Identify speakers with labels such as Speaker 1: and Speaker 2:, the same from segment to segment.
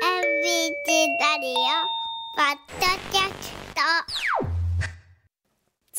Speaker 1: チラリオポッドキャスト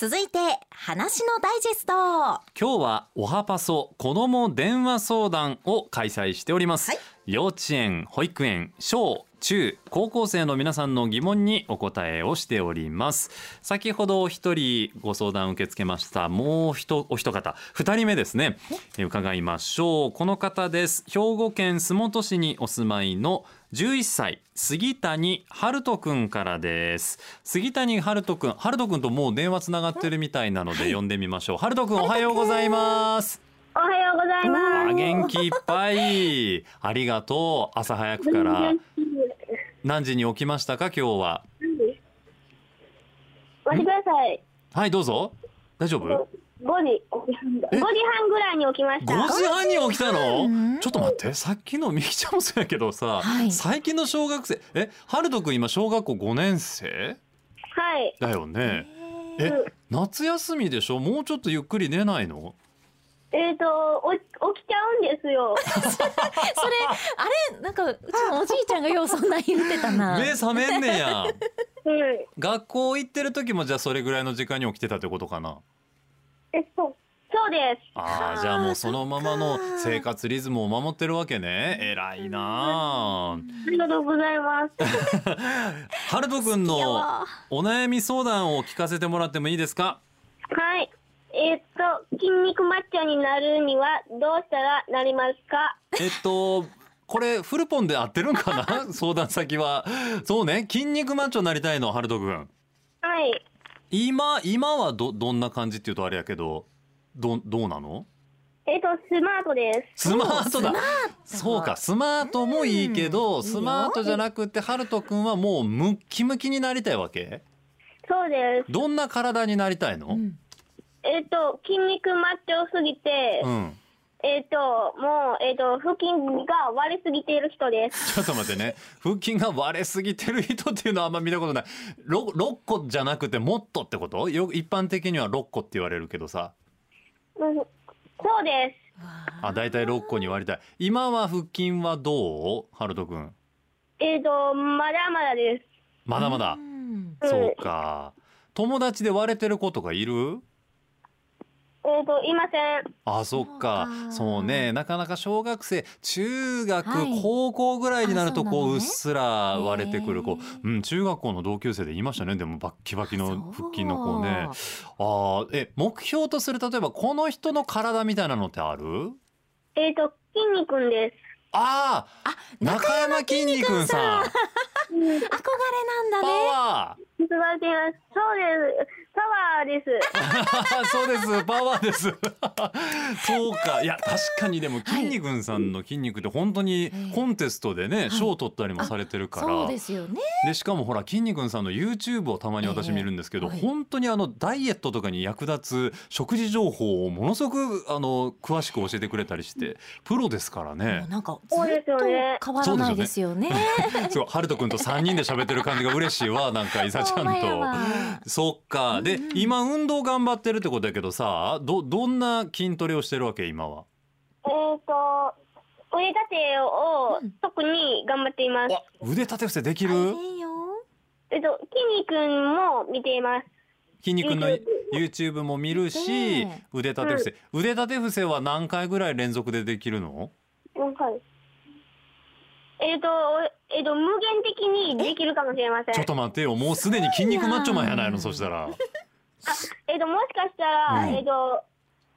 Speaker 2: 続いて話のダイジェストは
Speaker 3: 今日はおはパソ子ども電話相談を開催しております、
Speaker 2: はい
Speaker 3: 幼稚園保育園小中高校生の皆さんの疑問にお答えをしております先ほどお一人ご相談を受け付けましたもうひとお一方二人目ですねえ伺いましょうこの方です兵庫県洲本市にお住まいの11歳杉谷春人くんからです杉谷春人くん春人くんともう電話つながってるみたいなので呼んでみましょう、春人くんおはようございます
Speaker 1: おはようござい
Speaker 3: あ
Speaker 1: ます
Speaker 3: 元気いっぱいありがとう朝早くから何時に起きましたか今日は
Speaker 1: 待ってください
Speaker 3: はいどうぞ大丈夫
Speaker 1: 5時5時半ぐらいに起きまし
Speaker 3: 5
Speaker 1: た
Speaker 3: 時半に起きた
Speaker 2: うん
Speaker 3: のちょっと待ってさっきのみきちゃんもそうやけどさ、
Speaker 2: はい
Speaker 3: 最近の小学生えはるとくん今小学校5年生
Speaker 1: はい
Speaker 3: だよねえ夏休みでしょもうちょっとゆっくり寝ないの
Speaker 1: えっ、ー、とお起きちゃうんで すよ
Speaker 2: それあれなんかうちのおじいちゃんがようそんなん言ってた な
Speaker 3: 目覚めんねや
Speaker 1: うん
Speaker 3: 学校行ってる時もじゃあそれぐらいの時間に起きてたってことかな
Speaker 1: えそうそうで
Speaker 3: あ
Speaker 2: あ
Speaker 3: あ
Speaker 2: ー
Speaker 3: じゃあもうそのまま
Speaker 2: そ
Speaker 3: の
Speaker 2: っか
Speaker 3: 生活リズムを守ってるわけね偉いな
Speaker 1: すありがとうございます
Speaker 3: あハルト君
Speaker 2: いや
Speaker 3: の
Speaker 2: わ
Speaker 3: お悩み相談を聞かせてもらってもいいですか
Speaker 1: はいえっ、と筋肉マッチョになるにはどうしたらなりますか
Speaker 3: えっとこれフルポンで合ってるんかな 相談先はそうね筋肉マッチョになりたいのハルト君
Speaker 1: はい
Speaker 3: 今今はどどんな感じっていうとあれやけどどどうなの
Speaker 1: えっ、とスマートです
Speaker 3: スマートだ
Speaker 2: ト
Speaker 3: そうかスマートもいいけど、
Speaker 2: うん
Speaker 3: スマートじゃなくてハルト君はもうムッキムキになりたいわけ
Speaker 1: そうです
Speaker 3: どんな体になりたいの、
Speaker 2: うん
Speaker 1: えっ、と筋肉マッチョすぎて、
Speaker 3: うん、
Speaker 1: えっ、と、もう、えっ、と、腹筋が割れすぎている人です。
Speaker 3: ちょっと待ってね腹筋が割れすぎてる人っていうのはあんま見たことない 6, 六個じゃなくてもっとってことよ一般的には6個って言われるけどさ
Speaker 1: うんそうで
Speaker 3: あ大体6個に割りたい今は腹筋はどうハルト君
Speaker 1: す。えっ、と、まだまだです。
Speaker 3: まだまだ
Speaker 2: う、ん
Speaker 1: うん
Speaker 3: そうか友達で割れてる子とかいる
Speaker 1: えっ、と、いません。
Speaker 3: あそっか
Speaker 2: そうか
Speaker 3: そうねなかなか小学生中学、
Speaker 2: はい
Speaker 3: 高校ぐらいになるとこうう
Speaker 2: あそうなの
Speaker 3: っ
Speaker 2: ね
Speaker 3: すら割れてくる子、
Speaker 2: へー
Speaker 3: うん、中学校の同級生でいましたねでもバッキバキの腹筋の子ね
Speaker 2: そ
Speaker 3: あーえ目標とする例えばこの人の体みたいなのってある
Speaker 1: えっ、と、筋肉んで
Speaker 3: あ
Speaker 2: あ
Speaker 3: ー中山きんに君さん
Speaker 1: す。うん
Speaker 2: う憧れなん
Speaker 3: パ
Speaker 2: だね
Speaker 3: ワー
Speaker 1: 素晴らしいです。そうです。
Speaker 3: そう
Speaker 1: パワーです。
Speaker 3: ですパワーです そうかいや確かにでもきんに君さんの筋肉って本当に
Speaker 2: ええ
Speaker 3: コンテストでね
Speaker 2: い
Speaker 3: 賞、を取ったりもされてるから、
Speaker 2: そうですよね
Speaker 3: でしかもほら筋肉さんの YouTube をたまに私見るんですけど、
Speaker 2: ええはい
Speaker 3: 本当にあのダイエットとかに役立つ食事情報をものすごくあの詳しく教えてくれたりしてプロですから
Speaker 2: もう
Speaker 3: ね。
Speaker 2: なんかずっと
Speaker 1: そうですよね
Speaker 2: 変わらないですよね
Speaker 3: すごいハルト君と3人で喋ってる感じが嬉しいわなんかいさちゃん
Speaker 2: ほんまやわ
Speaker 3: と。そっかで、
Speaker 2: うんうん
Speaker 3: 今運動頑張ってるってことだけどさどどんな筋トレをしてるわけ今は
Speaker 1: えっ、と、腕立てを
Speaker 2: うん
Speaker 1: 特に頑張っています。
Speaker 3: わ腕立て伏せでき
Speaker 2: 大
Speaker 3: る
Speaker 2: 変よ
Speaker 1: えっ、と、筋肉も見ています。
Speaker 3: 筋肉の
Speaker 1: YouTube
Speaker 3: YouTube も見るし
Speaker 2: ね
Speaker 3: 腕立て伏せ腕立て伏せは何回ぐらい連続でできるの
Speaker 1: うんはい。えっ、と、えっ、と、無限的にできるかもしれません。
Speaker 3: ちょっと待ってよもうすでに筋肉マッチョマンやないの
Speaker 2: すご
Speaker 3: そ
Speaker 2: いな
Speaker 3: し たら
Speaker 1: えっと、もしかしたら、
Speaker 3: うん
Speaker 1: えっと、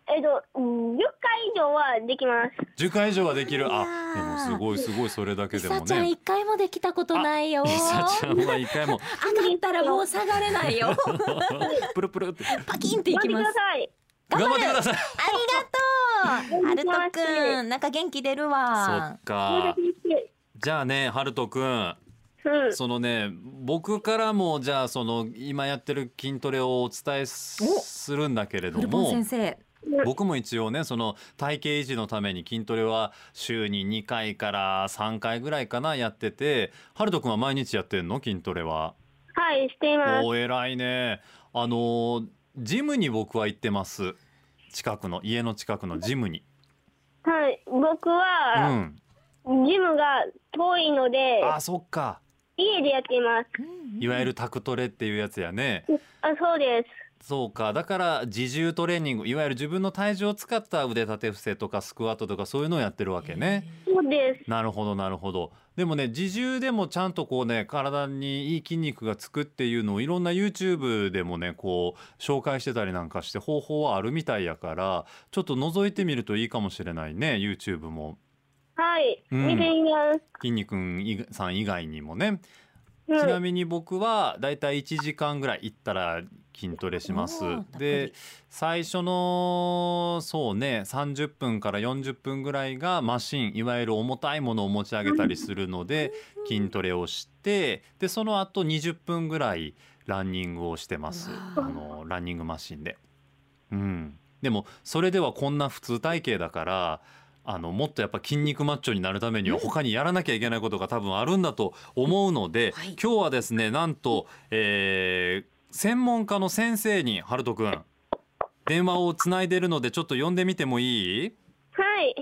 Speaker 1: えっと、10回以上はできます。
Speaker 3: 10回以上はできるあ
Speaker 2: い
Speaker 3: で
Speaker 2: や
Speaker 3: も
Speaker 2: ー
Speaker 3: すごいすごいそれだけ
Speaker 2: い
Speaker 3: でも
Speaker 2: さちゃん
Speaker 3: ね
Speaker 2: 一回もできたことないよ
Speaker 3: いさち
Speaker 2: 上
Speaker 3: ゃんは一回 も
Speaker 2: がったらもう下がれないよ
Speaker 3: プルプルって
Speaker 2: パキンってい
Speaker 1: 待
Speaker 2: き
Speaker 1: って
Speaker 2: ま
Speaker 1: くだ
Speaker 2: す
Speaker 1: さい。
Speaker 3: 頑張ってください
Speaker 2: ありがとう
Speaker 1: う
Speaker 2: ハ
Speaker 1: ん
Speaker 2: ルトくんなんか元気出る
Speaker 3: そ
Speaker 2: わ
Speaker 3: っかじゃあねハルトくん
Speaker 1: うん。
Speaker 3: そのね僕からもじゃあその今やってる筋トレをお伝えす
Speaker 2: お
Speaker 3: するんだけれど
Speaker 2: フルポ
Speaker 3: も
Speaker 2: ン先生
Speaker 3: 僕も一応ねその体型維持のために筋トレは週に2回から3回ぐらいかなやっててハルト君は毎日やってんの筋トレは。
Speaker 1: はい、しています。
Speaker 3: おー偉いねあのージムに僕は行ってます近くの家の近くのジムに。
Speaker 1: はい、僕
Speaker 3: う
Speaker 1: は、
Speaker 3: ん、
Speaker 1: ジムが遠いので、
Speaker 3: あーそっか
Speaker 1: 家でやっています。
Speaker 3: いわゆる宅トレっていうやつやね。
Speaker 1: あ、そうです。
Speaker 3: そうかだから自重トレーニングいわゆる自分の体重を使った腕立て伏せとかスクワットとかそういうのをやってるわけね。
Speaker 1: そうです。
Speaker 3: なるほどなるほどでもね自重でもちゃんとこうね体にいい筋肉がつくっていうのをいろんな YouTube でもねこう紹介してたりなんかして方法はあるみたいやからちょっと覗いてみるといいかもしれないね YouTube も
Speaker 1: はい。
Speaker 3: うん
Speaker 1: 見てみます。
Speaker 3: 筋肉さん以外にもね
Speaker 1: うん
Speaker 3: ちなみに僕はだいたい1時間ぐらい行ったら筋トレします
Speaker 2: おーたっぷ。り
Speaker 3: で最初のそうね30分から40分ぐらいがマシンいわゆる重たいものを持ち上げたりするので筋トレをしてでその後20分ぐらいランニングをしてます
Speaker 2: うわ
Speaker 3: あ
Speaker 2: ー
Speaker 3: のランニングマシンで。うん、でもそれではこんな普通体型だからあのもっとやっぱ筋肉マッチョになるためには他にやらなきゃいけないことが多分あるんだと思うので、
Speaker 2: はい
Speaker 3: 今日はですねなんと、えー専門家の先生にハルト君電話をつないでるのでちょっと呼んでみてもいい
Speaker 1: はい。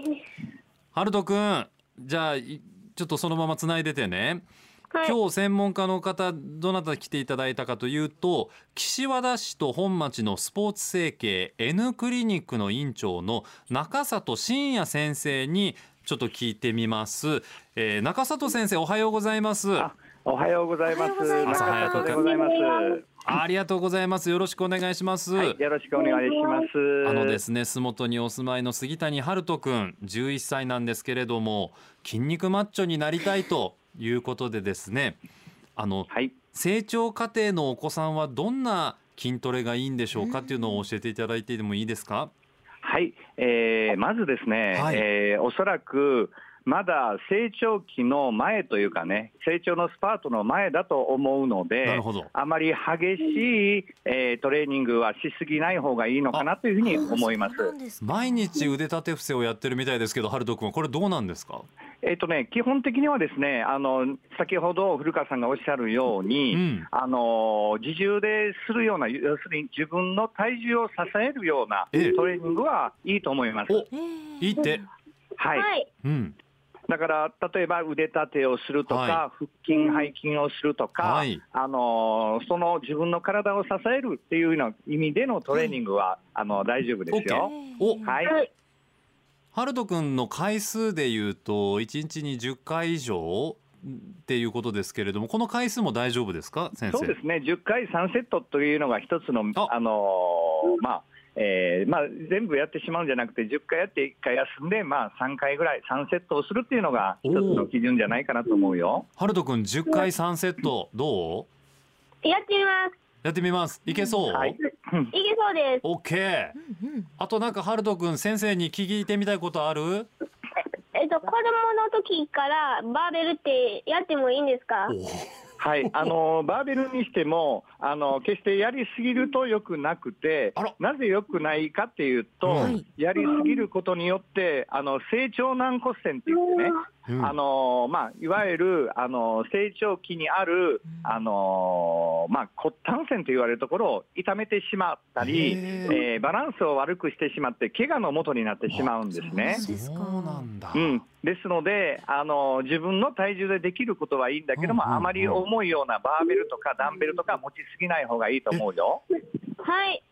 Speaker 3: ハルト君じゃあいちょっとそのままつないでてね。
Speaker 1: はい。
Speaker 3: 今日専門家の方どなた来ていただいたかというと岸和田市と本町のスポーツ整形 N クリニックの院長の中里真也先生にちょっと聞いてみます、えー、中里先生おはようございます
Speaker 4: あおはようございます。
Speaker 2: おはようございます
Speaker 4: 中里でございます。
Speaker 3: ありがとうございますよろしくお願いします、
Speaker 4: はい、よろしくお願いします。
Speaker 3: あので。すね洲本にお住まいの杉谷春人くん11歳なんですけれども筋肉マッチョになりたいということでですねあの
Speaker 4: はい、
Speaker 3: 成長過程のお子さんはどんな筋トレがいいんでしょうかっていうのを教えていただいてもいいですか。
Speaker 4: はい、えーまずですね、
Speaker 3: はい
Speaker 4: えーおそらく。まだ成長期の前というかね、成長のスパートの前だと思うの
Speaker 3: なる
Speaker 4: で。
Speaker 3: ほど。
Speaker 4: あまり激しい、えートレーニングはしすぎない方がいいのかなというふうに思います。
Speaker 3: 毎日腕立て伏せをやってるみたいですけど、ハルト君はこれどうなんですか。
Speaker 4: えっ、とね、基本的にはですね、あの先ほど古川さんがおっしゃるように、
Speaker 3: うん
Speaker 4: あの自重でするような、要するに自分の体重を支えるような
Speaker 3: ええ
Speaker 4: トレーニングはいいと思います。
Speaker 3: お、
Speaker 2: い
Speaker 3: いいって。
Speaker 4: はい、
Speaker 1: はい。
Speaker 3: うん。
Speaker 4: だから例えば腕立てをするとか、
Speaker 3: は
Speaker 4: 腹筋、背筋をするとか、
Speaker 3: はい
Speaker 4: あのその自分の体を支えるっていうような意味でのトレーニングは、あの大丈夫ですよ。
Speaker 3: お
Speaker 4: はい、
Speaker 1: はい。
Speaker 3: ハルト君の回数で言うと、一日に10回以上。っていうことですけれども、この回数も大丈夫ですか、先生。
Speaker 4: そうですね、10回3セットというのが一つの、
Speaker 3: あ
Speaker 4: あのーまあえーまあ、全部やってしまうんじゃなくて、10回やって1回休んで、まあ、3回ぐらい、3セットをするっていうのが一つの基準じゃないかなと思うよ。
Speaker 3: ハルト君10回3セット、どう。
Speaker 1: やってみます。
Speaker 3: やってみます。いけそう。
Speaker 4: はい、
Speaker 1: いけそうです。
Speaker 3: オッケー。
Speaker 2: うんうん
Speaker 3: あとなんかハルト君先生に聞いてみたいことある。
Speaker 1: えっと、子供の時からバーベルってやってもいいんですか
Speaker 4: はい、あのーバーベルにしてもあのー決してやりすぎると良くなくて
Speaker 3: あら
Speaker 4: なぜ良くないかっていうと、
Speaker 3: はい
Speaker 4: やりすぎることによってあの成長軟骨線っていってね、
Speaker 3: うん
Speaker 4: あのーまあ、いわゆる、あのー成長期にある、あのーまあ、骨端線と言われるところを痛めてしまった
Speaker 3: へ
Speaker 4: り、
Speaker 3: ー
Speaker 4: えーバランスを悪くしてしまって怪我の元になってしまうんですね。
Speaker 2: そうですか
Speaker 3: そうなんだ。
Speaker 4: うん、ですので、あのー自分の体重でできることはいいんだけども、
Speaker 3: うんうんうん
Speaker 4: あまり重いようなバーベルとかダンベルとか持ちすぎない方がいいと思うよ。
Speaker 1: はい。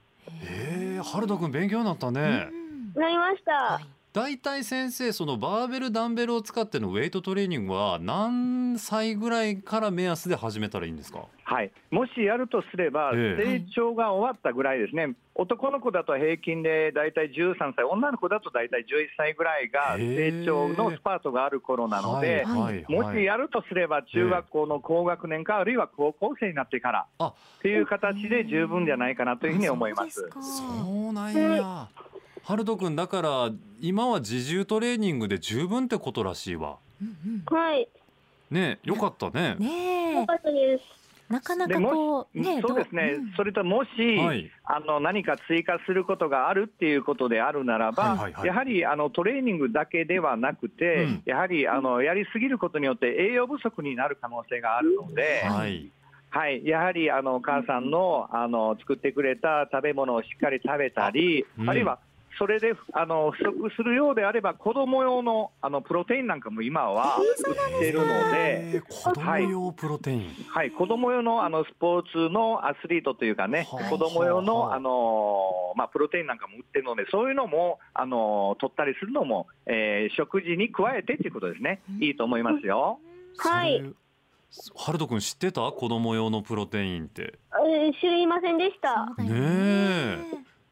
Speaker 3: ええハルト君勉強になったね
Speaker 2: う。ん
Speaker 1: なりました
Speaker 2: は。い
Speaker 3: だいたい先生そのバーベルダンベルを使ってのウェイトトレーニングは何歳ぐらいから目安で始めたらいいんですか。
Speaker 4: はい、もしやるとすれば、
Speaker 3: え
Speaker 2: え
Speaker 4: 成長が終わったぐらいですね、男の子だと平均で大体13歳、女の子だと大体11歳ぐらいが
Speaker 3: へえ
Speaker 4: 成長のスパートがある頃なので、
Speaker 2: はい
Speaker 4: もしやるとすれば、中学校の高学年か、あるいは高校生になってから
Speaker 3: あ
Speaker 4: っていう形で十分じゃないかなというふうに思いま
Speaker 2: そう
Speaker 4: す
Speaker 2: で。か
Speaker 3: そうなんや。ハルト君だから今は自重トレーニングで十分ってことらしいわ。
Speaker 2: うん
Speaker 1: はい。
Speaker 3: ねえよかったね
Speaker 2: うん。ね
Speaker 1: よかったです。
Speaker 2: え、なかなかこうね、
Speaker 4: そうですね、
Speaker 2: どうん
Speaker 4: それともし、
Speaker 3: はい。
Speaker 4: あの何か追加することがあるっていうことであるならば、
Speaker 3: はいはいはい
Speaker 4: やはりあのトレーニングだけではなくて、
Speaker 3: うん
Speaker 4: やはりあのやりすぎることによって栄養不足になる可能性があるので、はい
Speaker 3: はい。
Speaker 4: やはりあのお母さんのあの作ってくれた食べ物をしっかり食べたり、
Speaker 3: うん
Speaker 4: あるいはそれであの不足するようであれば、子供用のあのプロテインなんかも今は売ってるの
Speaker 3: え
Speaker 4: で、
Speaker 3: ー子供用プロテイン。
Speaker 4: はい、子供用のあのスポーツのアスリートというかね
Speaker 3: はあ、
Speaker 4: 子供
Speaker 3: はあ
Speaker 4: 用
Speaker 3: は
Speaker 4: の
Speaker 3: あ
Speaker 4: あの、まあ、プロテインなんかも売ってるので、そういうのもあの取ったりするのも、えー食事に加えてということですね、いいと思いますよ。
Speaker 1: はい
Speaker 3: それ。ハルト君知ってた子供用のプロテインって。
Speaker 1: うん知りませんでした。
Speaker 2: そうだよ
Speaker 3: ね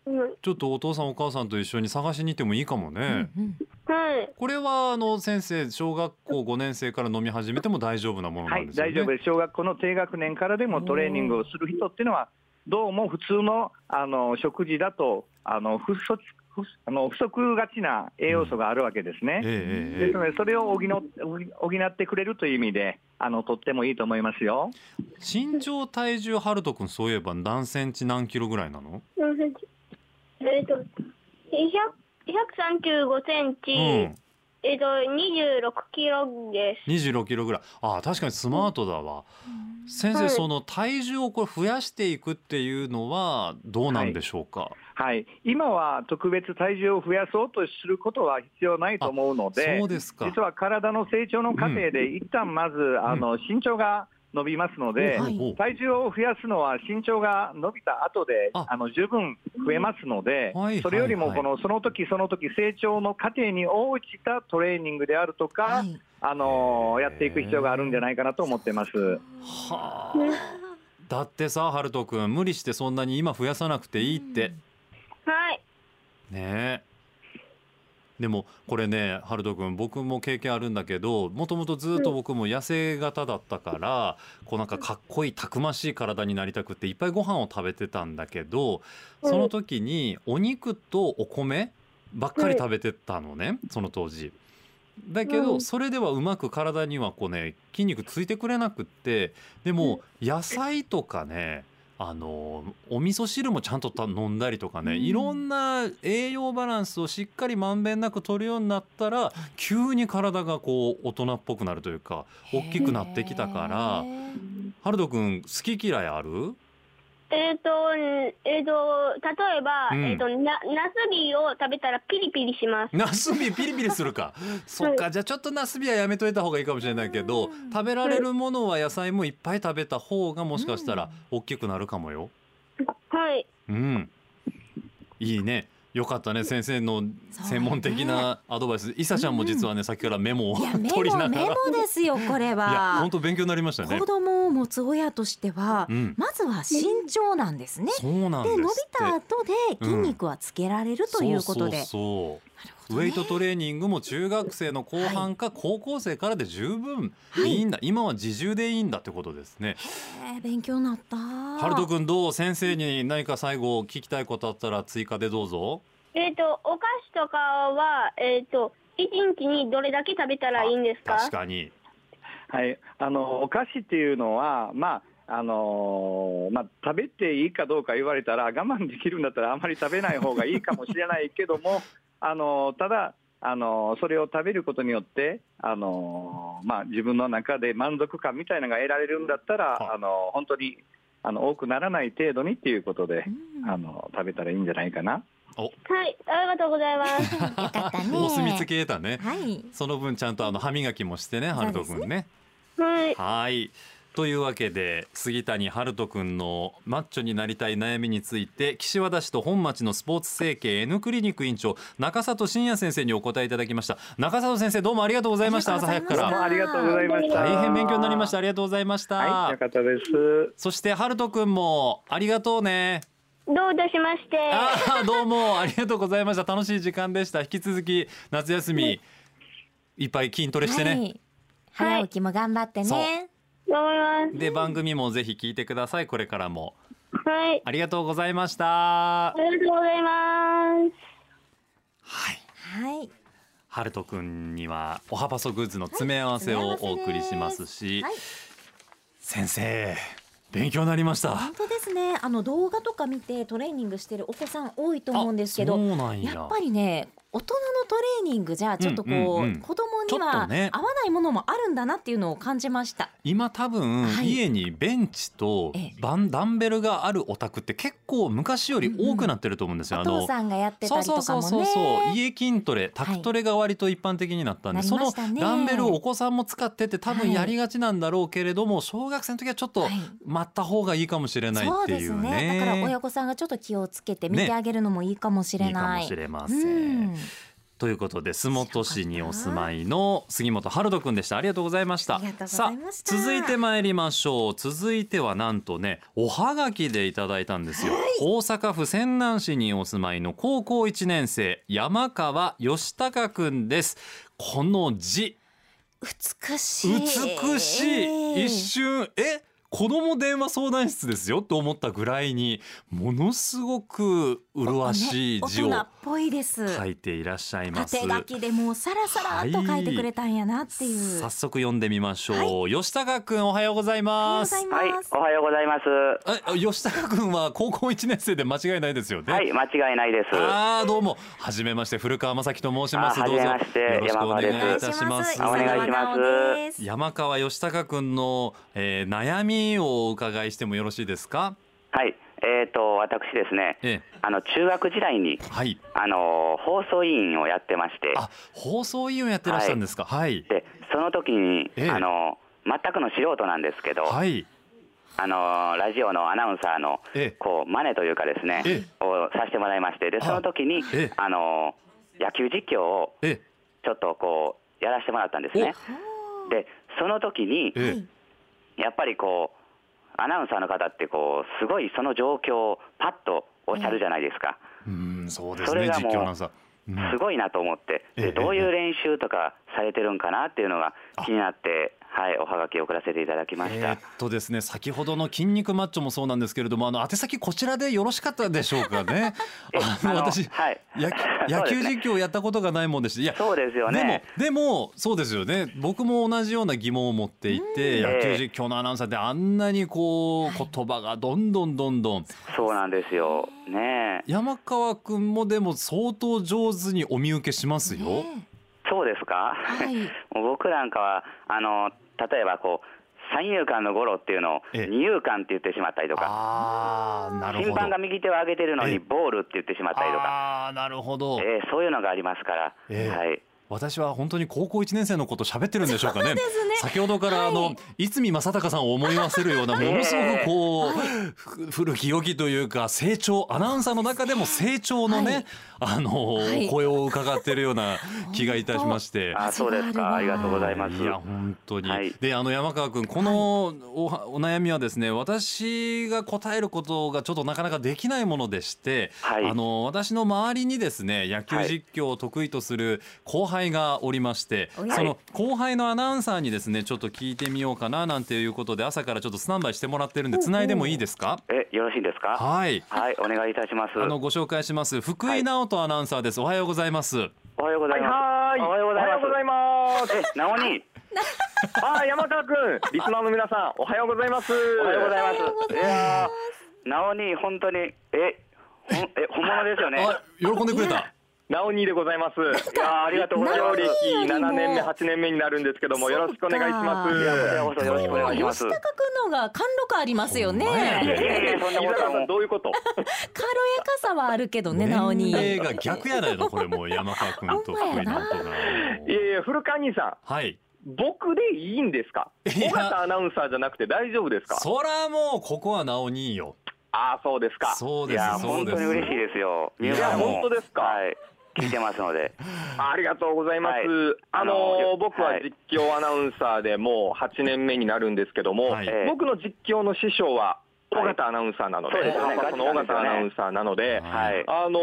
Speaker 1: うん、はい。
Speaker 3: ちょっとお父さんお母さんと一緒に探しに行ってもいいかもね。
Speaker 2: うんうん
Speaker 3: これはあの先生小学校5年生から飲み始めても大丈夫なものな
Speaker 4: は
Speaker 3: ん
Speaker 4: い、
Speaker 3: ですよね。
Speaker 4: 大丈夫です。小学校の低学年からでもトレーニングをする人っていうのは、どうも普通のあの食事だとあの不足不あの不足がちな栄養素があるわけですね。
Speaker 3: えええ
Speaker 4: です
Speaker 3: ええ
Speaker 4: ので、それを補補補ってくれるという意味で、あのとってもいいと思いますよ。
Speaker 3: 身長体重ハルト君そういえば何センチ何キロぐらいなの？
Speaker 1: えっと、135センチ、
Speaker 3: うん、
Speaker 1: えっと、26キロです。
Speaker 3: 二十六キロぐらい。ああ確かにスマートだわ。先
Speaker 1: は
Speaker 3: 生
Speaker 1: い
Speaker 3: その体重をこれ増やしていくっていうのはどうなんでしょうか。
Speaker 4: はい、今は特別体重を増やそうとすることは必要ないと思うので
Speaker 3: そう、ですか
Speaker 4: 実。は体の成長の過程で、一旦まず、あの身長が伸びますので、
Speaker 2: はい
Speaker 3: おう
Speaker 4: 体重を増やすのは身長が伸びた後で
Speaker 3: あ
Speaker 4: あの十分増えますので、
Speaker 3: はい
Speaker 4: それよりも
Speaker 3: はいは
Speaker 4: こ
Speaker 3: い
Speaker 4: のその時その時成長の過程に応じたトレーニングであるとか、
Speaker 2: はい
Speaker 4: あの
Speaker 3: へー
Speaker 4: やっていく必要があるんじゃないかなと思ってます。
Speaker 3: はあ。だってさハルト君無理してそんなに今増やさなくていいって。
Speaker 1: はい。
Speaker 3: ねえでもこれねハルト君僕も経験あるんだけどもともとずっと僕も痩せ型だったからこうなんかかっこいいたくましい体になりたくっていっぱいご飯を食べてたんだけどその時にお肉とお米ばっかり食べてたのねその当時。だけ
Speaker 1: う
Speaker 3: ど
Speaker 1: ん
Speaker 3: それではうまく体にはこうね筋肉ついてくれなくってでも野菜とかねあのお味噌汁もちゃんとた飲んだりとかね、
Speaker 2: うん
Speaker 3: いろんな栄養バランスをしっかりまんべんなく取るようになったら急に体がこう大人っぽくなるというか大きくなってきたからハルト君好き嫌いある
Speaker 1: えっ、と、んえっ、と、例えば、
Speaker 3: うん
Speaker 1: えっ、と、な、ナスビを食べたらピリピリします。
Speaker 3: ナスビピリピリするかそっかじゃあちょっとナスビはやめといた方がいいかもしれないけど
Speaker 2: うん
Speaker 3: 食べられるものは野菜もいっぱい食べた方がもしかしたら大きくなるかもよ。
Speaker 1: はい。
Speaker 3: うん、いいねよかったね先生の専門的なアドバイス、いさちゃんも実はね、さっきからメモを
Speaker 2: いやメ
Speaker 3: 取りな
Speaker 2: モ
Speaker 3: がら
Speaker 2: メモですよこれ
Speaker 3: いや
Speaker 2: は
Speaker 3: 本。当勉強になりましたね
Speaker 2: 子。供を持つ親としては、
Speaker 3: うん、
Speaker 2: まずは身長なんですね。
Speaker 3: そうなんで
Speaker 2: です伸び
Speaker 3: って
Speaker 2: た後で筋肉はつけられるということで。
Speaker 3: そうそうそう
Speaker 2: なるほど
Speaker 3: ウ
Speaker 2: ね
Speaker 3: ェイトトレーニングも中学生の後半か高校生からで十分いいんだ、今は自重でいいんだってことですね。
Speaker 2: えー勉強になった。
Speaker 3: ハルト君どう先生に何か最後聞きたいことあったら追加でどうぞ。
Speaker 1: えっ、と、お菓子とかは、えっ、と、一日にどれだけ食べたらいいんですか
Speaker 3: 確かに。
Speaker 4: はい、あのお菓子っていうのは、まああのまあ、食べていいかどうか言われたら、我慢できるんだったら、あまり食べない方がいいかもしれないけども、 あのただ、あのそれを食べることによって、あのまあ、自分の中で満足感みたいなのが得られるんだった
Speaker 3: は
Speaker 4: ら、あの本当にあの多くならない程度にっていうことで
Speaker 2: う、ん
Speaker 4: あの食べたらいいんじゃないかな。
Speaker 1: はい。ありがとうございます。
Speaker 2: よ かったね。
Speaker 3: お墨付き得たね。
Speaker 2: はい。
Speaker 3: その分ちゃんとあの歯磨きもしてね、ハルト君ね。
Speaker 1: はい。
Speaker 3: はい。というわけで杉谷ハルト君のマッチョになりたい悩みについて岸和田市と本町のスポーツ整形 N クリニック院長中里真也先生にお答えいただきました中里先生どうもありがとうございました
Speaker 2: ありが
Speaker 3: 朝
Speaker 2: とう
Speaker 3: 早く
Speaker 2: ご
Speaker 3: か
Speaker 2: ざいました
Speaker 3: ら
Speaker 4: どうもありがとうございました。
Speaker 3: 大変勉強になりましたあ。りがとうございました、
Speaker 4: はい、よかったです。
Speaker 3: そしてハルト君もありがとうね
Speaker 1: どういたしまして。
Speaker 3: あーどうもありがとうございました楽しい時間でした引き続き夏休みいっぱい筋トレしてね、
Speaker 2: はい。早起きも頑張って
Speaker 3: そう
Speaker 2: ね。
Speaker 1: 頑張り
Speaker 3: で番組もぜひ聞いてくださいこれからも
Speaker 1: ます。はい。
Speaker 3: ありがとうございました
Speaker 1: ありがとうございます。
Speaker 3: はい、
Speaker 2: はい。
Speaker 3: ハルト君にはおはパソグッズの詰め合わせをお送りしますし、
Speaker 2: はい。
Speaker 3: 先生勉強になりました
Speaker 2: 本当ですね。あの動画とか見てトレーニングしてるお子さん多いと思うんですけど
Speaker 3: あそうなんや
Speaker 2: やっぱりね大人のトレーニングじゃちょっとこう,、
Speaker 3: うんうんうん
Speaker 2: 子供
Speaker 3: ちょ
Speaker 2: に
Speaker 3: っと
Speaker 2: は
Speaker 3: ね
Speaker 2: 合わないものもあるんだなっていうのを感じました。
Speaker 3: 今多分、
Speaker 2: はい
Speaker 3: 家にベンチと
Speaker 2: ええ
Speaker 3: バンダンベルがあるお宅って結構昔より多くなってると思うんですよ。
Speaker 2: お
Speaker 3: あの
Speaker 2: 父さんがやって
Speaker 3: そ
Speaker 2: た
Speaker 3: う
Speaker 2: り
Speaker 3: そ
Speaker 2: と
Speaker 3: う
Speaker 2: か
Speaker 3: そう
Speaker 2: も
Speaker 3: そう
Speaker 2: ね。
Speaker 3: そう家筋トレタクトレが割と一般的になったんで、
Speaker 2: はい
Speaker 3: そ
Speaker 2: なりま
Speaker 3: の
Speaker 2: したね
Speaker 3: ダンベルをお子さんも使ってて多分やりがちなんだろうけれども、小学生の時はちょっと
Speaker 2: はい
Speaker 3: 待った方がいいかもしれない
Speaker 2: そ
Speaker 3: っ
Speaker 2: う
Speaker 3: て
Speaker 2: で
Speaker 3: い
Speaker 2: す
Speaker 3: うね。
Speaker 2: ね。だから親御さんがちょっと気をつけて見
Speaker 3: ね
Speaker 2: てあげるのもいいかもし
Speaker 3: い
Speaker 2: れ
Speaker 3: いか
Speaker 2: ない。
Speaker 3: もしれま
Speaker 2: う
Speaker 3: せん。
Speaker 2: ん、
Speaker 3: ということで洲本市にお住まいの杉本春人くんでしたありがとうございました
Speaker 2: ありがとうございました
Speaker 3: さあ続いて参りましょう続いてはなんとねおはがきでいただいたんですよ、大阪府泉南市にお住まいの高校1年生山川義孝くんですこの字
Speaker 2: 美しい。
Speaker 3: 美しい一瞬え子供電話相談室ですよと思ったぐらいにものすごく麗しい字を
Speaker 2: ね大人っぽいです。
Speaker 3: 書いていらっしゃいます
Speaker 2: 縦書きでもうさらさらっと書いてくれたんやなっていう。
Speaker 3: 早速読んでみましょう、吉高くんおはようござい
Speaker 2: おはよう
Speaker 3: ま
Speaker 2: ご
Speaker 3: す
Speaker 2: ざい
Speaker 5: はい
Speaker 2: ます。、
Speaker 5: おはようございます。
Speaker 3: え吉高くんは高校一年生で間違いないですよね、
Speaker 5: はい、間違いないです。あ
Speaker 3: ああどうも初めまして古川雅樹と申します
Speaker 5: あー
Speaker 3: どうぞ
Speaker 5: 初めまして
Speaker 3: よろしくお願いいたし
Speaker 2: お願
Speaker 3: ま
Speaker 2: い
Speaker 3: す
Speaker 2: し
Speaker 5: お
Speaker 2: ます。。
Speaker 5: 願いします
Speaker 3: 山川義高くんの、えー悩みをお伺いしてもよろしいですか
Speaker 5: はい、えっ、と私ですね、
Speaker 3: え
Speaker 5: あの中学時代
Speaker 3: え
Speaker 5: に
Speaker 3: はい
Speaker 5: あの放送委員をやってまして、
Speaker 3: あ放送委員をやってらっしゃるんですかはい
Speaker 5: でその時に、
Speaker 3: ええ
Speaker 5: あの全くの素人なんですけど、
Speaker 3: はい
Speaker 5: あのラジオのアナウンサーの
Speaker 3: ええ
Speaker 5: こう真似というかですね
Speaker 3: え、
Speaker 5: をさせてもらいまして、で
Speaker 3: あ
Speaker 5: その時に
Speaker 3: ええ
Speaker 5: あの野球実況を
Speaker 3: え
Speaker 5: ちょっとこうやらせてもらったんですね。でその時に
Speaker 3: ええ
Speaker 5: やっぱりこうアナウンサーの方ってこうすごいその状況をパッとおっしゃるじゃないですか、
Speaker 3: うんそうです
Speaker 5: そ
Speaker 3: ね
Speaker 5: れが
Speaker 3: 実
Speaker 5: もう
Speaker 3: 況アナウンサー、うん
Speaker 5: すごいなと思って、
Speaker 3: ええ
Speaker 5: でどういう練習とかされてるんかなっていうのが気になって、はい、おはがきを送らせていただきまし
Speaker 3: えー
Speaker 5: た
Speaker 3: っ。とですね先ほどの筋肉マッチョもそうなんですけれどもあの宛先こちらでよろしかったでしょうかね
Speaker 5: え
Speaker 3: あの
Speaker 5: あの
Speaker 3: 私、
Speaker 5: はい
Speaker 3: 野球
Speaker 5: そう
Speaker 3: 野
Speaker 5: です
Speaker 3: 球
Speaker 5: ね
Speaker 3: 実況をやったことがないもんでしていや
Speaker 5: そうですよね。
Speaker 3: でもでもそうですよね僕も同じような疑問を持っていて、
Speaker 5: うん
Speaker 3: 野球実況のアナウンサーってあんなにこう、言葉がどんどんどんどん
Speaker 5: そうなんですよ。ねえ、
Speaker 3: 山川君もでも相当上手にお見受けしますよ。
Speaker 2: ね
Speaker 5: そうです
Speaker 2: は
Speaker 5: か。
Speaker 2: い。
Speaker 5: もう僕なんかはあの例えばこう三遊間のゴロっていうのを
Speaker 3: ええ
Speaker 5: 二遊間って言ってしまったりとか、
Speaker 3: ああなる
Speaker 5: 審
Speaker 3: ほど
Speaker 5: 判が。右手を上げてるの
Speaker 3: え
Speaker 5: に
Speaker 3: え
Speaker 5: ボールって言ってしまったりとか、
Speaker 3: ああなるほど。
Speaker 5: ええそういうのがありますから、
Speaker 3: ええ
Speaker 5: はい。
Speaker 3: 私は本当に高校1年生のこと喋ってるんでしょうかね。
Speaker 2: ですね
Speaker 3: 先ほどから
Speaker 2: はい
Speaker 3: あの、い、つ泉正孝さんを思い合わせるようなものすごくこう、ふ 古き良きというか成長アナウンサーの中でも成長のね、あの、
Speaker 2: はい
Speaker 3: お声を伺ってるような気がいたしまして。
Speaker 5: あそうですか。あ
Speaker 2: 味
Speaker 5: り
Speaker 2: があ
Speaker 5: が
Speaker 2: るな
Speaker 5: とうございます。
Speaker 3: や本当に、
Speaker 5: はい
Speaker 3: であの山川君このおはお悩みはですね私が答えることがちょっとなかなかできないものでして、
Speaker 5: はい
Speaker 3: あの私の周りにですね野球
Speaker 5: はい
Speaker 3: 実況を得意とする後輩がおりまして、
Speaker 2: おや
Speaker 3: その後輩のアナウンサーにですねちょっと聞いてみようかななんていうことで朝からちょっとスタンバイしてもらってるんで繋いでもいいですか
Speaker 5: え、よろしいですか。
Speaker 3: はい
Speaker 5: はい、お願いいたします。
Speaker 3: あのご紹介します福井直人アナウンサーです、おはようございます
Speaker 5: おはようございます。
Speaker 4: はい、
Speaker 5: おはようございます。
Speaker 4: ます。
Speaker 5: え、なおに、
Speaker 4: はい、山川くん、リスナーの皆さん、おはようございます。
Speaker 5: おはようございます。
Speaker 2: おはようございます
Speaker 5: やーなおに、本当に、え、ほん、え、本物ですよね。
Speaker 3: あ喜んでくれた
Speaker 4: ナオニーでございます。いやー、ありがとうございます。
Speaker 2: ナオニーよりも
Speaker 4: 料理7年目、8年目になるんですけども、よろしくお願いしま
Speaker 2: そ
Speaker 4: す。
Speaker 2: う
Speaker 4: い
Speaker 5: いや、こちらこそよろしくお
Speaker 2: もう
Speaker 5: 願いしま
Speaker 2: 吉
Speaker 5: す。
Speaker 2: 高くんの方が貫禄ありますよね。
Speaker 3: ほんまや
Speaker 2: 軽
Speaker 5: い
Speaker 2: や
Speaker 5: やいやいやそんな
Speaker 4: 伊
Speaker 5: ことは
Speaker 4: 坂さ
Speaker 5: も
Speaker 4: ん、
Speaker 5: う
Speaker 4: どういうこと
Speaker 2: かさはあるけどね、
Speaker 3: 年
Speaker 2: なおに。
Speaker 3: 齢が逆やないのこれもう山川君と福井直人が
Speaker 4: いやいや、古川兄さ
Speaker 3: はい
Speaker 4: ん、僕でいいんですか
Speaker 3: いや
Speaker 4: 尾形アナウンサーじゃなくて大丈夫ですか
Speaker 3: そらもうここは直によ
Speaker 4: ああ、そうですか。
Speaker 3: そう
Speaker 5: い
Speaker 3: です
Speaker 5: やー、
Speaker 3: そう
Speaker 5: 本
Speaker 3: です
Speaker 5: 当に嬉しいですよ。
Speaker 3: いや
Speaker 5: 皆さんも
Speaker 4: 本当ですか
Speaker 5: はい、聞いてますので。
Speaker 4: ありがとうございます。
Speaker 5: はい
Speaker 4: あのー
Speaker 5: あのよ
Speaker 4: 僕は実況アナウンサーでもう8年目になるんですけども、
Speaker 3: はい
Speaker 5: ええ
Speaker 4: 僕の実況の師匠は尾形アナウンサーなので、
Speaker 5: はいそうですよね
Speaker 4: パパその尾形アナウンサーなので、
Speaker 5: はい。
Speaker 4: あのー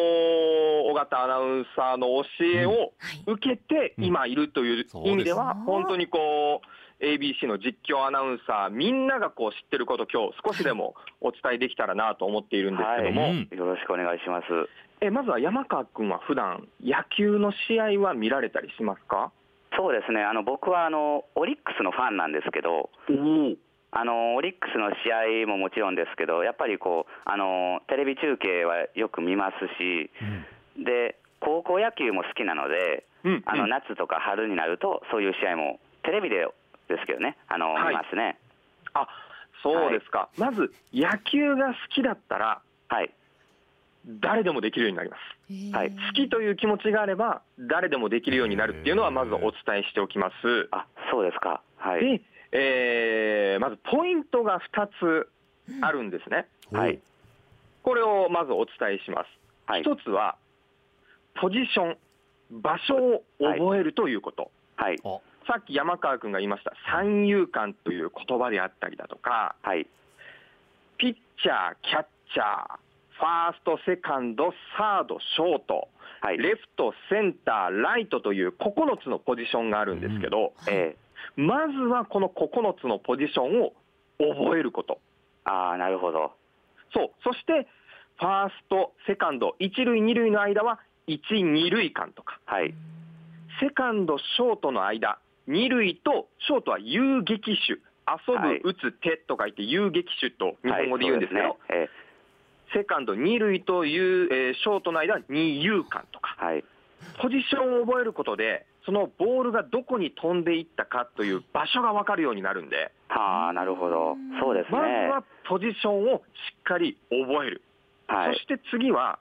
Speaker 4: 尾形アナウンサーの教えを
Speaker 2: はい
Speaker 4: 受けて
Speaker 3: うん
Speaker 4: 今いるという
Speaker 3: そうです
Speaker 4: 意味では、
Speaker 2: あー
Speaker 4: 本当にこう ABC の実況アナウンサーみんながこう知ってること今日少しでもお伝えできたらなと思っているんですけども、
Speaker 3: は
Speaker 5: はいい、よろしくお願いします。
Speaker 4: えまずは山川君は普段野球の試合は見られたりしますか
Speaker 5: そうですね。あの僕はあのオリックスのファンなんですけど、あのオリックスの試合ももちろんですけど、やっぱりこうあのテレビ中継はよく見ますし、で高校野球も好きなので、
Speaker 4: うん
Speaker 5: あ
Speaker 4: う
Speaker 5: の
Speaker 4: ん
Speaker 5: 夏とか春になると、そういう試合もテレビでですけどね、あの、
Speaker 4: はい
Speaker 5: 見ますね。
Speaker 4: あそうですか、まず野球が好きだったら
Speaker 5: はい、
Speaker 4: 誰でもできるようになります
Speaker 5: はい
Speaker 4: 好きという気持ちがあれば誰でもできるようになるっていうのはまずお伝えしておきます
Speaker 5: あそうですか、はい、
Speaker 4: で、えーまずポイントが2つあるんですね、
Speaker 5: はい、
Speaker 4: これをまずお伝えします、
Speaker 5: はい、
Speaker 4: 一つはポジション場所を覚えるということ、
Speaker 5: はい、
Speaker 4: さっき山川君が言いました三遊間という言葉であったりだとか
Speaker 5: はい、
Speaker 4: ピッチャーキャッチャーファーストセカンドサードショート
Speaker 5: はい、
Speaker 4: レフトセンターライトという9つのポジションがあるんですけど、
Speaker 5: え
Speaker 4: まずはこの9つのポジションを覚えること
Speaker 5: ー、ああ、なるほど、
Speaker 4: そうそしてファーストセカンド一塁二塁の間は一二塁間とか
Speaker 5: はい、
Speaker 4: セカンド、ショートの間、二塁とショートは遊撃手、
Speaker 5: はい
Speaker 4: 遊ぶ、打つ、手と書いて遊撃手と日本語で言うんですけど、
Speaker 5: はいそうねえ
Speaker 4: セカンド、二塁という、えーショートの間、二遊間とか、
Speaker 5: ーはい、
Speaker 4: ポジションを覚えることで、そのボールがどこに飛んでいったかという場所が分かるようになるんで、
Speaker 5: はあ、なるほど、そうですね、
Speaker 4: まずはポジションをしっかり覚える、
Speaker 5: はい
Speaker 4: そして次は、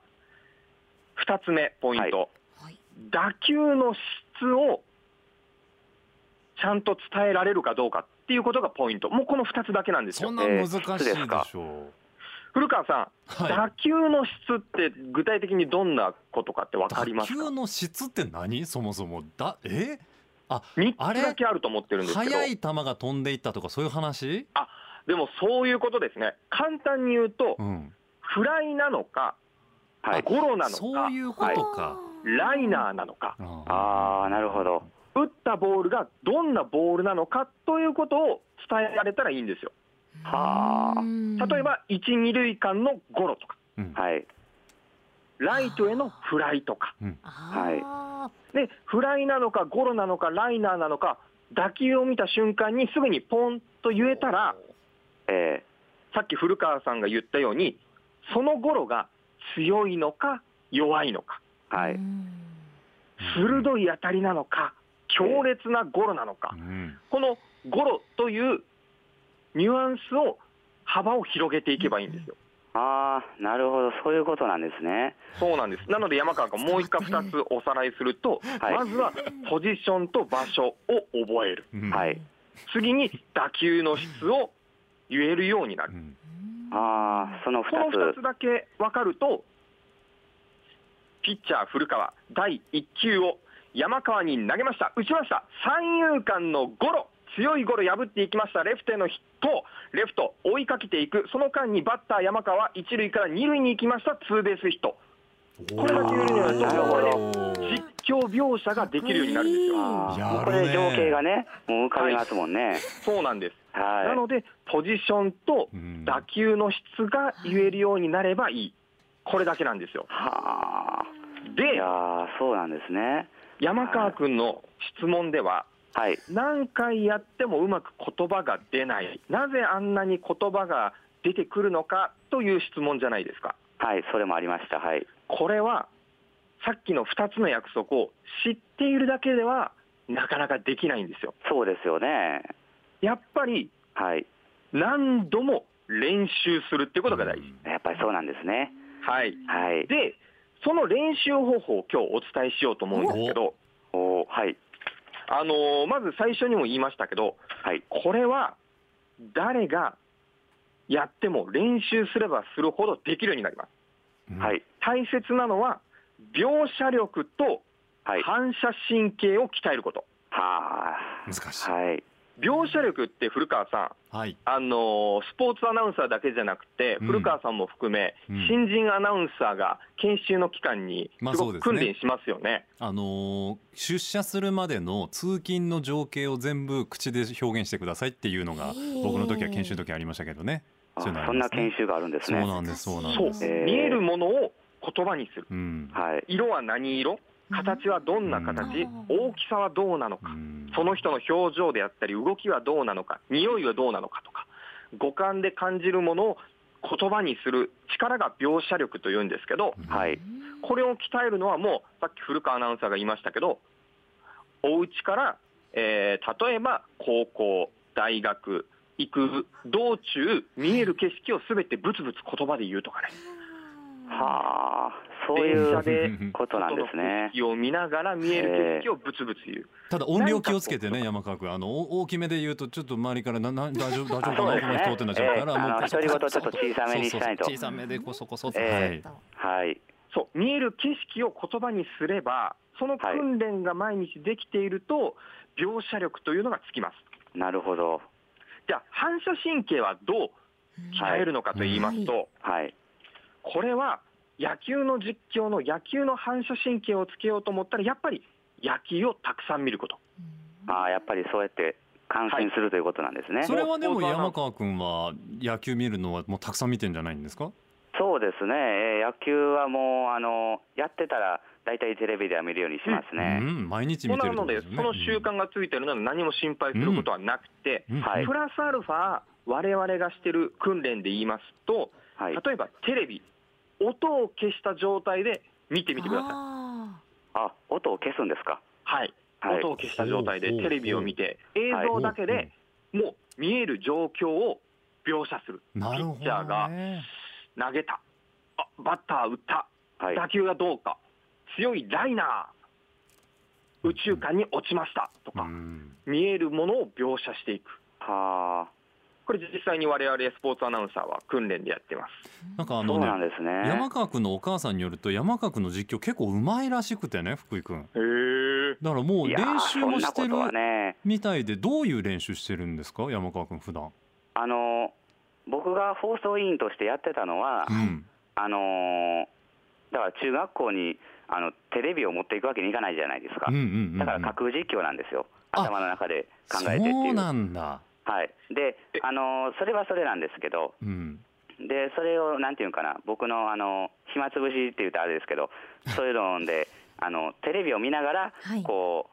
Speaker 4: 2つ目、ポイント。
Speaker 2: はい
Speaker 4: 打球の質をちゃんと伝えられるかどうかっていうことがポイント、もうこの2つだけなんです
Speaker 3: そ
Speaker 4: よ
Speaker 3: ん。な難しいでしょう。
Speaker 4: 古川さん、
Speaker 3: はい。
Speaker 4: 打球の質って具体的にどんなことかって分かり
Speaker 3: 打
Speaker 4: ますか
Speaker 3: 球の質って何そもそもだえ
Speaker 4: ?3
Speaker 3: あれ
Speaker 4: つだけあると思ってるんですけど、
Speaker 3: 速い球が飛んでいったとかそういう話？
Speaker 4: でもそういうことですね、簡単に言うと
Speaker 3: う、ん。
Speaker 4: フライなのか、
Speaker 5: はい、
Speaker 4: ゴロなの
Speaker 3: そ
Speaker 4: か
Speaker 3: う、いうことか。
Speaker 4: ライナーなのか、
Speaker 5: ああ、なるほど、
Speaker 4: 打ったボールがどんなボールなのかということを伝えられたらいいんですよ。
Speaker 5: はあ
Speaker 4: 例えば、1、2塁間のゴロとか、
Speaker 3: うん。
Speaker 5: はい、
Speaker 4: ライトへのフライとか。
Speaker 2: は
Speaker 4: でフライなのかゴロなのかライナーなのか打球を見た瞬間にすぐにポンと言えたら
Speaker 5: え
Speaker 4: さっき古川さんが言ったようにそのゴロが強いのか弱いのか
Speaker 5: ー、はい、
Speaker 4: 鋭い当たりなのか強烈なゴロなのか
Speaker 3: うん。
Speaker 4: このゴロというニュアンスを幅を広げていけばいいんですよ。
Speaker 5: ああ、なるほど、そういうことなんですね。
Speaker 4: そうなんですなので山川君もう一回2つおさらいすると、
Speaker 5: はい
Speaker 4: まずはポジションと場所を覚える
Speaker 3: うん
Speaker 5: はい。
Speaker 4: 次に打球の質を言えるようにな
Speaker 3: う
Speaker 4: る、
Speaker 3: ん
Speaker 5: ああ、その二
Speaker 4: この2
Speaker 5: つ
Speaker 4: つ。だけ分かると、ピッチャー、古川、第1球を山川に投げました、打ちました、三遊間のゴロ、強いゴロ破っていきました、レフトへのヒット、レフト、追いかけていく、その間にバッター、山川は1塁から2塁に行きました、ツーベースヒット、これだけ言えるようになると、これね
Speaker 3: おー
Speaker 4: 実況描写ができるようになるんですよ。
Speaker 5: あー
Speaker 3: やるね
Speaker 5: もうこれ情景がね、もう浮かびますもんね。
Speaker 4: そうなんです。
Speaker 5: はい。
Speaker 4: なので、ポジションと
Speaker 3: うん
Speaker 4: 打球の質が言えるようになればいい、これだけなんですよ。
Speaker 5: はあ。い
Speaker 4: で
Speaker 5: や、ーそうなんですね。
Speaker 4: 山川君の質問では、
Speaker 5: はい。
Speaker 4: 何回やってもうまく言葉が出ない、なぜあんなに言葉が出てくるのかという質問じゃないですか。
Speaker 5: はい、それもありました。はい。
Speaker 4: これは、さっきの2つの約束を知っているだけでは、なかなかできないんですよ。
Speaker 5: そうですよね。
Speaker 4: やっぱり、
Speaker 5: はい。
Speaker 4: 何度も練習するってことが大事。
Speaker 5: やっぱりそうなんですね。
Speaker 4: はい。
Speaker 5: はい。
Speaker 4: で、その練習方法を今日お伝えしようと思うんですけど、
Speaker 5: おーはい。
Speaker 4: あのーまず最初にも言いましたけど、
Speaker 5: はい。
Speaker 4: これは誰がやっても練習すればするほどできるようになります。
Speaker 5: はい。
Speaker 4: 大切なのは、描写力と
Speaker 5: はい。は
Speaker 4: 反射神経を鍛えること。
Speaker 5: あ。
Speaker 3: 難しい。
Speaker 5: はい。
Speaker 4: 描写力って古川さん、
Speaker 3: はい。
Speaker 4: あのースポーツアナウンサーだけじゃなくて、
Speaker 3: うん
Speaker 4: 古川さんも含め、
Speaker 3: うん
Speaker 4: 新人アナウンサーが研修の期間に
Speaker 3: ますあそ
Speaker 4: ご
Speaker 3: うで
Speaker 4: く
Speaker 3: すね
Speaker 4: 訓練しますよね。
Speaker 3: あのー出社するまでの通勤の情景を全部口で表現してくださいっていうのが僕の時は研修の時ありましたけどね。
Speaker 5: あ
Speaker 3: そういうのあ
Speaker 5: そ
Speaker 3: り
Speaker 5: ん
Speaker 3: ま
Speaker 5: な
Speaker 3: すね
Speaker 5: 研修があるんです
Speaker 3: そう
Speaker 5: ね。
Speaker 3: なんですそうなん
Speaker 4: そ
Speaker 3: で
Speaker 4: う
Speaker 3: す。
Speaker 5: えー
Speaker 4: 見えるものを言葉にする。
Speaker 3: うん。
Speaker 5: はい。
Speaker 4: 色は何色形はどんな形、
Speaker 2: うん
Speaker 4: 大きさはどうなのか、
Speaker 3: うん
Speaker 4: その人の表情であったり、動きはどうなのか、匂いはどうなのかとか、五感で感じるものを言葉にする力が描写力というんですけど、
Speaker 5: はい。
Speaker 4: これを鍛えるのはもう、さっき古川アナウンサーが言いましたけど、お家から、えー例えば高校、大学、行く道中、見える景色をすべてブツブツ言葉で言うとかね、
Speaker 5: はあ、そういうことなんですね。
Speaker 4: を見ながら見える景色をブツブツ言う。
Speaker 3: ただ音量気をつけてね山川君あのお大きめで言うとちょっと周りからなな大丈夫大丈夫か
Speaker 5: あそう
Speaker 3: な
Speaker 5: です
Speaker 3: こ
Speaker 5: ね
Speaker 3: の人ってなっちゃうから
Speaker 5: ええあの
Speaker 3: こそこそ
Speaker 5: 独り言ちょっと小さめに
Speaker 3: そ
Speaker 5: しないと
Speaker 3: うそうそう小さめでこそこそって、
Speaker 5: え
Speaker 3: はい
Speaker 5: はい。
Speaker 4: そう見える景色を言葉にすれば、その訓練が毎日できていると、描写力というのがつきます。
Speaker 5: なるほど。
Speaker 4: じゃあ、反射神経はどう鍛えるのかと言いますと、
Speaker 5: はい。
Speaker 4: これは野球の実況の野球の反射神経をつけようと思ったら、やっぱり野球をたくさん見ること。
Speaker 5: ああ、やっぱりそうやって感心するということなんですね。
Speaker 3: それはでも
Speaker 4: もう
Speaker 3: 山川君は野球見るのはもうたくさん見てんじゃないんですか
Speaker 5: そうですね。えー野球はもうあのやってたら大体テレビでは見るようにします
Speaker 3: う
Speaker 5: ね。
Speaker 3: ん毎日見てる
Speaker 4: な
Speaker 3: ってこ
Speaker 4: の
Speaker 3: とで
Speaker 4: で、
Speaker 3: す
Speaker 4: そ
Speaker 3: よね
Speaker 4: の習慣がついてるので、何も心配することはなくて、
Speaker 3: うんうん
Speaker 5: はい
Speaker 4: プラスアルファ、我々がしてる訓練で言いますと、
Speaker 5: はい。
Speaker 4: 例えばテレビ、音を消した状態で見てみてください。
Speaker 2: あ
Speaker 5: あ、音を消すんですか。
Speaker 4: はい、
Speaker 5: はい
Speaker 4: 音。を消した状態でテレビを見て、映像だけ
Speaker 3: はい
Speaker 4: でもう見える状況を描写する、
Speaker 3: なるほど、ね、
Speaker 4: ピッチャーが投げた、あバッター打った、
Speaker 5: はい。
Speaker 4: 打球がどうか、強いライナー、宇宙間に落ちましたとか、
Speaker 3: うん
Speaker 4: 見えるものを描写していく、
Speaker 5: はあ。
Speaker 4: これ、実際に我々スポーツアナウンサーは訓練でやってます。
Speaker 3: なんかあ
Speaker 5: そ
Speaker 3: の
Speaker 5: う
Speaker 3: ね
Speaker 5: なんですね。
Speaker 3: 山川君のお母さんによると山川君の実況結構うまいらしくてね福井君
Speaker 4: へー
Speaker 3: だからもう練
Speaker 5: いやー
Speaker 3: 習もして
Speaker 5: そん
Speaker 3: る
Speaker 5: なことはね。
Speaker 3: みたいでどういう練習してるんですか山川君普段
Speaker 5: あの僕が放送委員としてやってたのは、
Speaker 3: うん
Speaker 5: あのだから中学校にあのテレビを持っていくわけにいかないじゃないですか、
Speaker 3: うんうんうんうん
Speaker 5: だから架空実況なんですよ、
Speaker 3: あ
Speaker 5: 頭の中で考えてってい
Speaker 3: そう
Speaker 5: う。
Speaker 3: なんだ、
Speaker 5: はい、で、あのそれはそれなんですけど、
Speaker 3: うん、
Speaker 5: でそれをなんていうのかな、僕のあの暇つぶしって言うとあれですけど、そういうので、あのテレビを見ながら
Speaker 2: はい、
Speaker 5: こ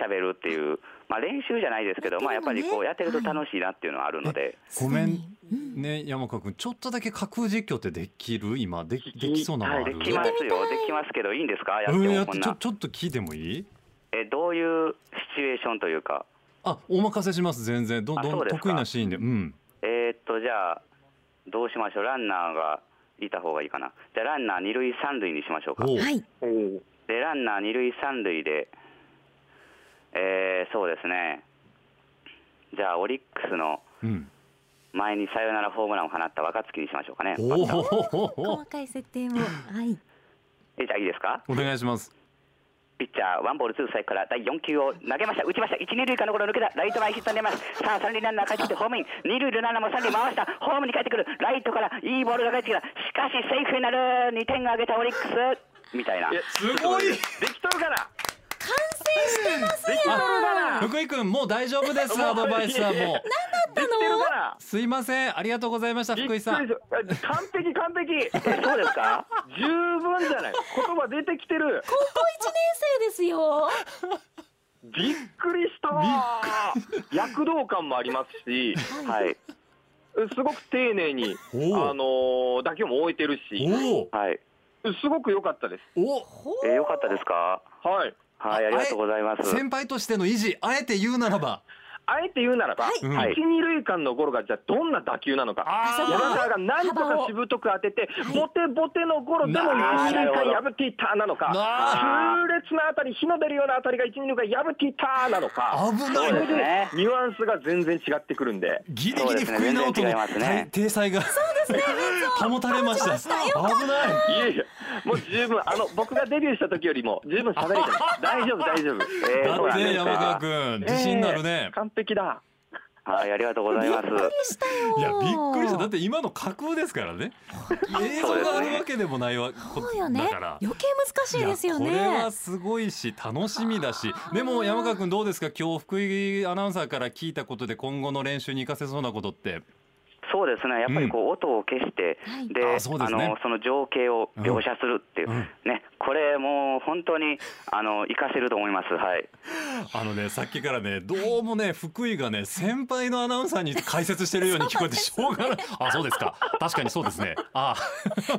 Speaker 5: う、喋るっていう、まあ、練習じゃないですけど、まあ、やっぱりこうやってると楽しいなっていうのはあるので。
Speaker 3: ごめん
Speaker 2: うん
Speaker 3: ね山川君ちょっとだけ架空実況ってできる今でき
Speaker 4: き
Speaker 3: できそうなのあ
Speaker 5: で
Speaker 3: る、
Speaker 5: きますよ、できますけど、いいんですか、やって
Speaker 3: うんや
Speaker 5: も
Speaker 3: っ
Speaker 5: こ
Speaker 3: て
Speaker 5: ん
Speaker 3: ちょ
Speaker 5: な、
Speaker 3: ちょっと聞いてもいい
Speaker 5: えどういうシチュエーションというか、
Speaker 3: あお任せします全然どん
Speaker 5: あ
Speaker 3: ど
Speaker 5: そうんですか
Speaker 3: 得意なシーンでうん
Speaker 5: えーっと、じゃあ、どうしましょう、ランナーがいた方がいいかな、じゃあ、ランナー二塁、三塁にしましょうか、
Speaker 3: おう
Speaker 2: はい
Speaker 5: でランナー二塁、三塁で、えーそうですね、じゃあ、オリックスの
Speaker 3: うん
Speaker 5: 前にサヨナラホームランを放った若月にしましょうかね、
Speaker 3: お
Speaker 5: バッター
Speaker 2: 細
Speaker 3: お
Speaker 2: かい設定もはい
Speaker 5: えじゃあ、いいですか、
Speaker 3: お願いします
Speaker 5: ピッチャー、ワンボールツーストライクから第4球を投げました、打ちました、1、2塁間のゴロ抜けた、ライト前ヒットに出ます、さあ、三塁ランナー帰ってきて、ホームイン、二塁ランナーも三塁回した、ホームに帰ってくる、ライトからいいボールが返ってきた、しかしセーフになる、2点を挙げたオリックス、みたいな、
Speaker 4: いや
Speaker 3: すごい
Speaker 4: できとるかな
Speaker 3: で福井君もう大丈夫ですアドバイスはもう
Speaker 4: できてるかな
Speaker 3: すいませんありがとうございました
Speaker 4: びっ
Speaker 3: 福
Speaker 4: くり
Speaker 3: 井
Speaker 4: した
Speaker 3: さん
Speaker 4: 完璧完璧
Speaker 5: えそうですか
Speaker 4: 十分じゃない言葉出てきてる
Speaker 2: 一年生ですよ
Speaker 4: びっくりしたわ躍動感もありますし
Speaker 5: はい、
Speaker 4: すごく丁寧に、
Speaker 3: お
Speaker 4: あ
Speaker 3: ー
Speaker 4: のー、だけも終えてるし
Speaker 3: おー
Speaker 5: はい、
Speaker 4: すごく良かったです
Speaker 3: お
Speaker 5: えよかったですか、
Speaker 4: はい
Speaker 5: はい、ありがとうございます。
Speaker 3: 先輩としての維持あえて言うならば
Speaker 4: あえて言うならば、
Speaker 3: うん
Speaker 5: はい
Speaker 4: 一二塁間のゴロがじゃあどんな打球なのか
Speaker 3: あ
Speaker 4: 山川がなんとかしぶとく当ててボテボテのゴロでも
Speaker 5: な
Speaker 4: 一二塁
Speaker 5: なるほど
Speaker 4: 間破っていったなのか
Speaker 3: な
Speaker 4: 痛烈な当たり火の出るような当たりが一二塁間破っていったなのか
Speaker 3: 危な
Speaker 5: そうで
Speaker 3: い
Speaker 5: すね。
Speaker 4: ニュアンスが全然違ってくるんで
Speaker 3: ギリギリ福井直人の
Speaker 5: そうですね全然違いま
Speaker 3: 体裁が
Speaker 5: すね
Speaker 3: 保たれました危ない
Speaker 4: いやいや、もう十分、あの、僕がデビューした時よりも、十分喋れてます。 大丈夫、大丈夫。
Speaker 5: えーそう
Speaker 3: だっ
Speaker 5: なんです
Speaker 3: て
Speaker 5: ね
Speaker 3: 山川君自信になるね
Speaker 4: えー完璧だ。
Speaker 5: はい、ありがとうございます。
Speaker 3: いやびっくりしただって今の架空ですからね映像があるわけでもないわこ
Speaker 2: そうよね
Speaker 3: だから
Speaker 2: 余計難しいですよね
Speaker 3: いやこれはすごいし楽しみだしでも山川君どうですか今日福井アナウンサーから聞いたことで今後の練習に生かせそうなことって
Speaker 5: そうですね、やっぱりこう音を消して、
Speaker 2: はい
Speaker 5: で
Speaker 3: あそうですね
Speaker 5: のその情景を描写するっていう、
Speaker 3: うん
Speaker 5: ね、これもう本当にあの活かせると思います、はい、
Speaker 3: あのねさっきからねどうもね福井がね先輩のアナウンサーに解説してるように聞こえてしょうがない、あそうですか確かにそうですねあ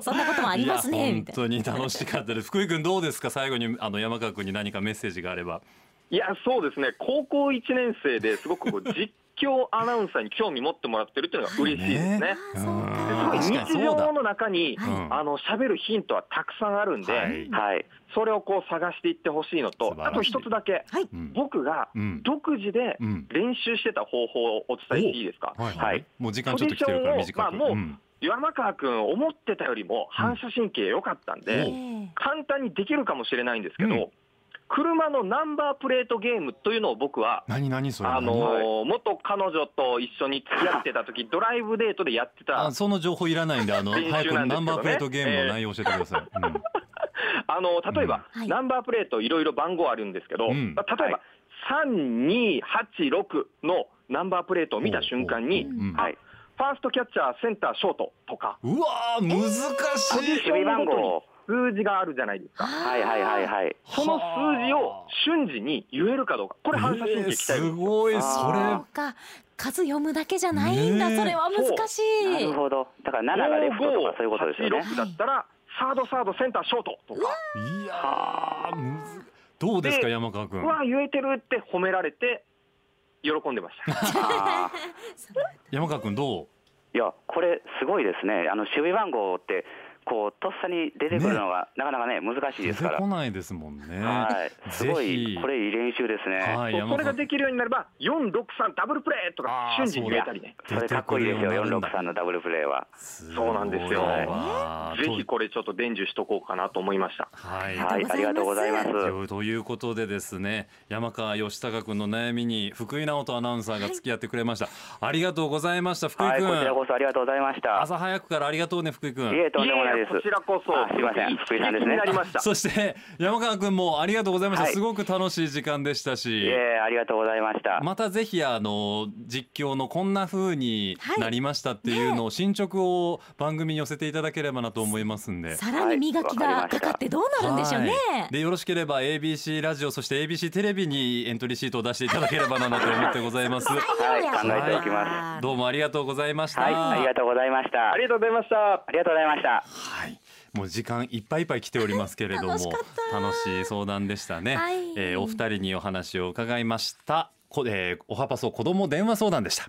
Speaker 2: そんなこともあります
Speaker 3: いや
Speaker 2: ねみ
Speaker 3: 本
Speaker 2: たいな
Speaker 3: 当に楽しかったです福井君どうですか最後にあの山川君に何かメッセージがあれば
Speaker 4: いや、そうですね、高校1年生ですごくこう実況アナウンサーに興味持ってもらってるっていうのが嬉しいですね。
Speaker 2: あそう
Speaker 4: す
Speaker 3: ね確
Speaker 4: ごい日
Speaker 3: かにそうだ
Speaker 4: 常の中に、
Speaker 3: うん
Speaker 4: あの喋るヒントはたくさんあるんで、
Speaker 3: はい
Speaker 5: はい、
Speaker 4: それをこう探していってほしいの
Speaker 3: 素
Speaker 4: と、
Speaker 3: 晴らしい
Speaker 4: あと一つだけ、
Speaker 2: はい
Speaker 3: うん
Speaker 4: 僕が
Speaker 3: うん
Speaker 4: 独自で
Speaker 3: うん
Speaker 4: 練習してた方法をお伝えしていいですか。
Speaker 3: はい、
Speaker 5: はい
Speaker 3: もう時間ちょっと来てるから
Speaker 4: ポジション
Speaker 3: 短
Speaker 4: を
Speaker 3: く、
Speaker 4: まあもうん山川君、思ってたよりも反射神経良かったんで、
Speaker 3: おう
Speaker 2: ええ
Speaker 4: 簡単にできるかもしれないんですけど、
Speaker 3: うん
Speaker 4: 車のナンバープレートゲームというのを僕は、
Speaker 3: 何何それ
Speaker 4: あのー
Speaker 3: 何
Speaker 4: 元彼女と一緒に付き合ってた 時ドライブデートでやってた
Speaker 3: あ、その情報いらないんで、あ の、
Speaker 4: 練習な
Speaker 3: 早
Speaker 4: んですけどね
Speaker 3: くナンバープレートゲームの内容教えてください。
Speaker 4: あのー例えば、
Speaker 2: うんはい
Speaker 4: ナンバープレート、いろいろ番号あるんですけど、
Speaker 3: うん
Speaker 4: まあ例えば、3286のナンバープレートを見た瞬間に、
Speaker 3: うんうん
Speaker 4: あファーストキャッチャー、センター、ショートとか、
Speaker 3: うんうわー、難
Speaker 4: ポ
Speaker 3: し
Speaker 4: ジ
Speaker 3: い。
Speaker 4: ションごとに
Speaker 5: 守備番号
Speaker 4: 数字があるじゃないですか。
Speaker 5: はいはいはいはい、
Speaker 4: その数字を瞬時に言えるかどうか、これ反射神経鍛えるん
Speaker 3: えー
Speaker 4: ですよ
Speaker 3: すごい、
Speaker 2: そう
Speaker 3: そ
Speaker 2: か数読むだけじゃないんだ、
Speaker 3: ねえ
Speaker 2: それは難し
Speaker 5: ないるほど、だから7がレフトとかそういうことですよね。
Speaker 4: 5586だったら、サード、サード、センター、ショートとか、
Speaker 3: れ。いやー、むず。どうですか、
Speaker 4: で
Speaker 3: 山川君
Speaker 4: う。わ、言えてるって褒められて、喜んでました。
Speaker 5: あー
Speaker 3: 山川君、ど
Speaker 5: いや、これ、すごいですね、あの守備番号って、こうとっさに出てくるのが、なかなかね、難
Speaker 3: う。
Speaker 5: し
Speaker 3: 出
Speaker 5: いで
Speaker 3: て
Speaker 5: すから
Speaker 3: こ、ないですもんね。
Speaker 5: はい、すご
Speaker 3: ぜひ
Speaker 5: い、これ、いい練習ですね。
Speaker 3: はい、
Speaker 4: そうそれができるようになれば、4、6、3、ダブルプレーとか
Speaker 3: あ、ー
Speaker 4: 瞬時に言えたりね、
Speaker 5: それかっこいいですよ、463のダブルプレーは。
Speaker 4: そうなんですよ
Speaker 3: は
Speaker 4: ぜひこれ、ちょっと伝授しとこうかなと思いました。
Speaker 3: はい。
Speaker 5: はい、ありがとうございます。
Speaker 3: とということでですね山川義孝君の悩みに福井直人アナウンサーが付き合ってくれました、ありがとうございました福井
Speaker 5: はい、
Speaker 3: 君、
Speaker 5: こちらこそありがとうございました。
Speaker 3: 朝早くからありがとうね福井
Speaker 5: い
Speaker 3: 君
Speaker 5: え、とんでもない
Speaker 4: い
Speaker 5: で
Speaker 4: え
Speaker 5: す。
Speaker 4: こちらこそ、
Speaker 5: あすいません、福井さんで
Speaker 4: いい刺激
Speaker 5: す
Speaker 4: に
Speaker 5: ね
Speaker 4: な。りました。
Speaker 3: そして山川君もありがとうございました、
Speaker 5: はい
Speaker 3: すごく楽しい時間でした
Speaker 5: い
Speaker 3: し
Speaker 5: え、ありがとうございました。
Speaker 3: またぜひあの実況のこんな風になりましたっていうのを進捗を番組に寄せていただければなと思いますんで。
Speaker 2: さらに磨きがかかってどうなるんでしょうね、
Speaker 3: はいでよろしければ ABC ラジオそして ABC テレビにエントリーシートを出していただければなと思ってございます
Speaker 5: はい、考
Speaker 2: はい
Speaker 5: えておきま
Speaker 3: どうもありがとうございまし
Speaker 5: す。
Speaker 3: た、
Speaker 5: はい、ありがとうございました。
Speaker 4: あ
Speaker 5: あり
Speaker 4: りがとうございました。
Speaker 5: がとうございました。
Speaker 3: はいもう時間いっぱいいっぱい来ておりますけれども
Speaker 2: 楽しかった
Speaker 3: 楽しい相談でしたね、
Speaker 2: はい
Speaker 3: えーお二人にお話を伺いましたこ、えー、おはパソ子ども電話相談でした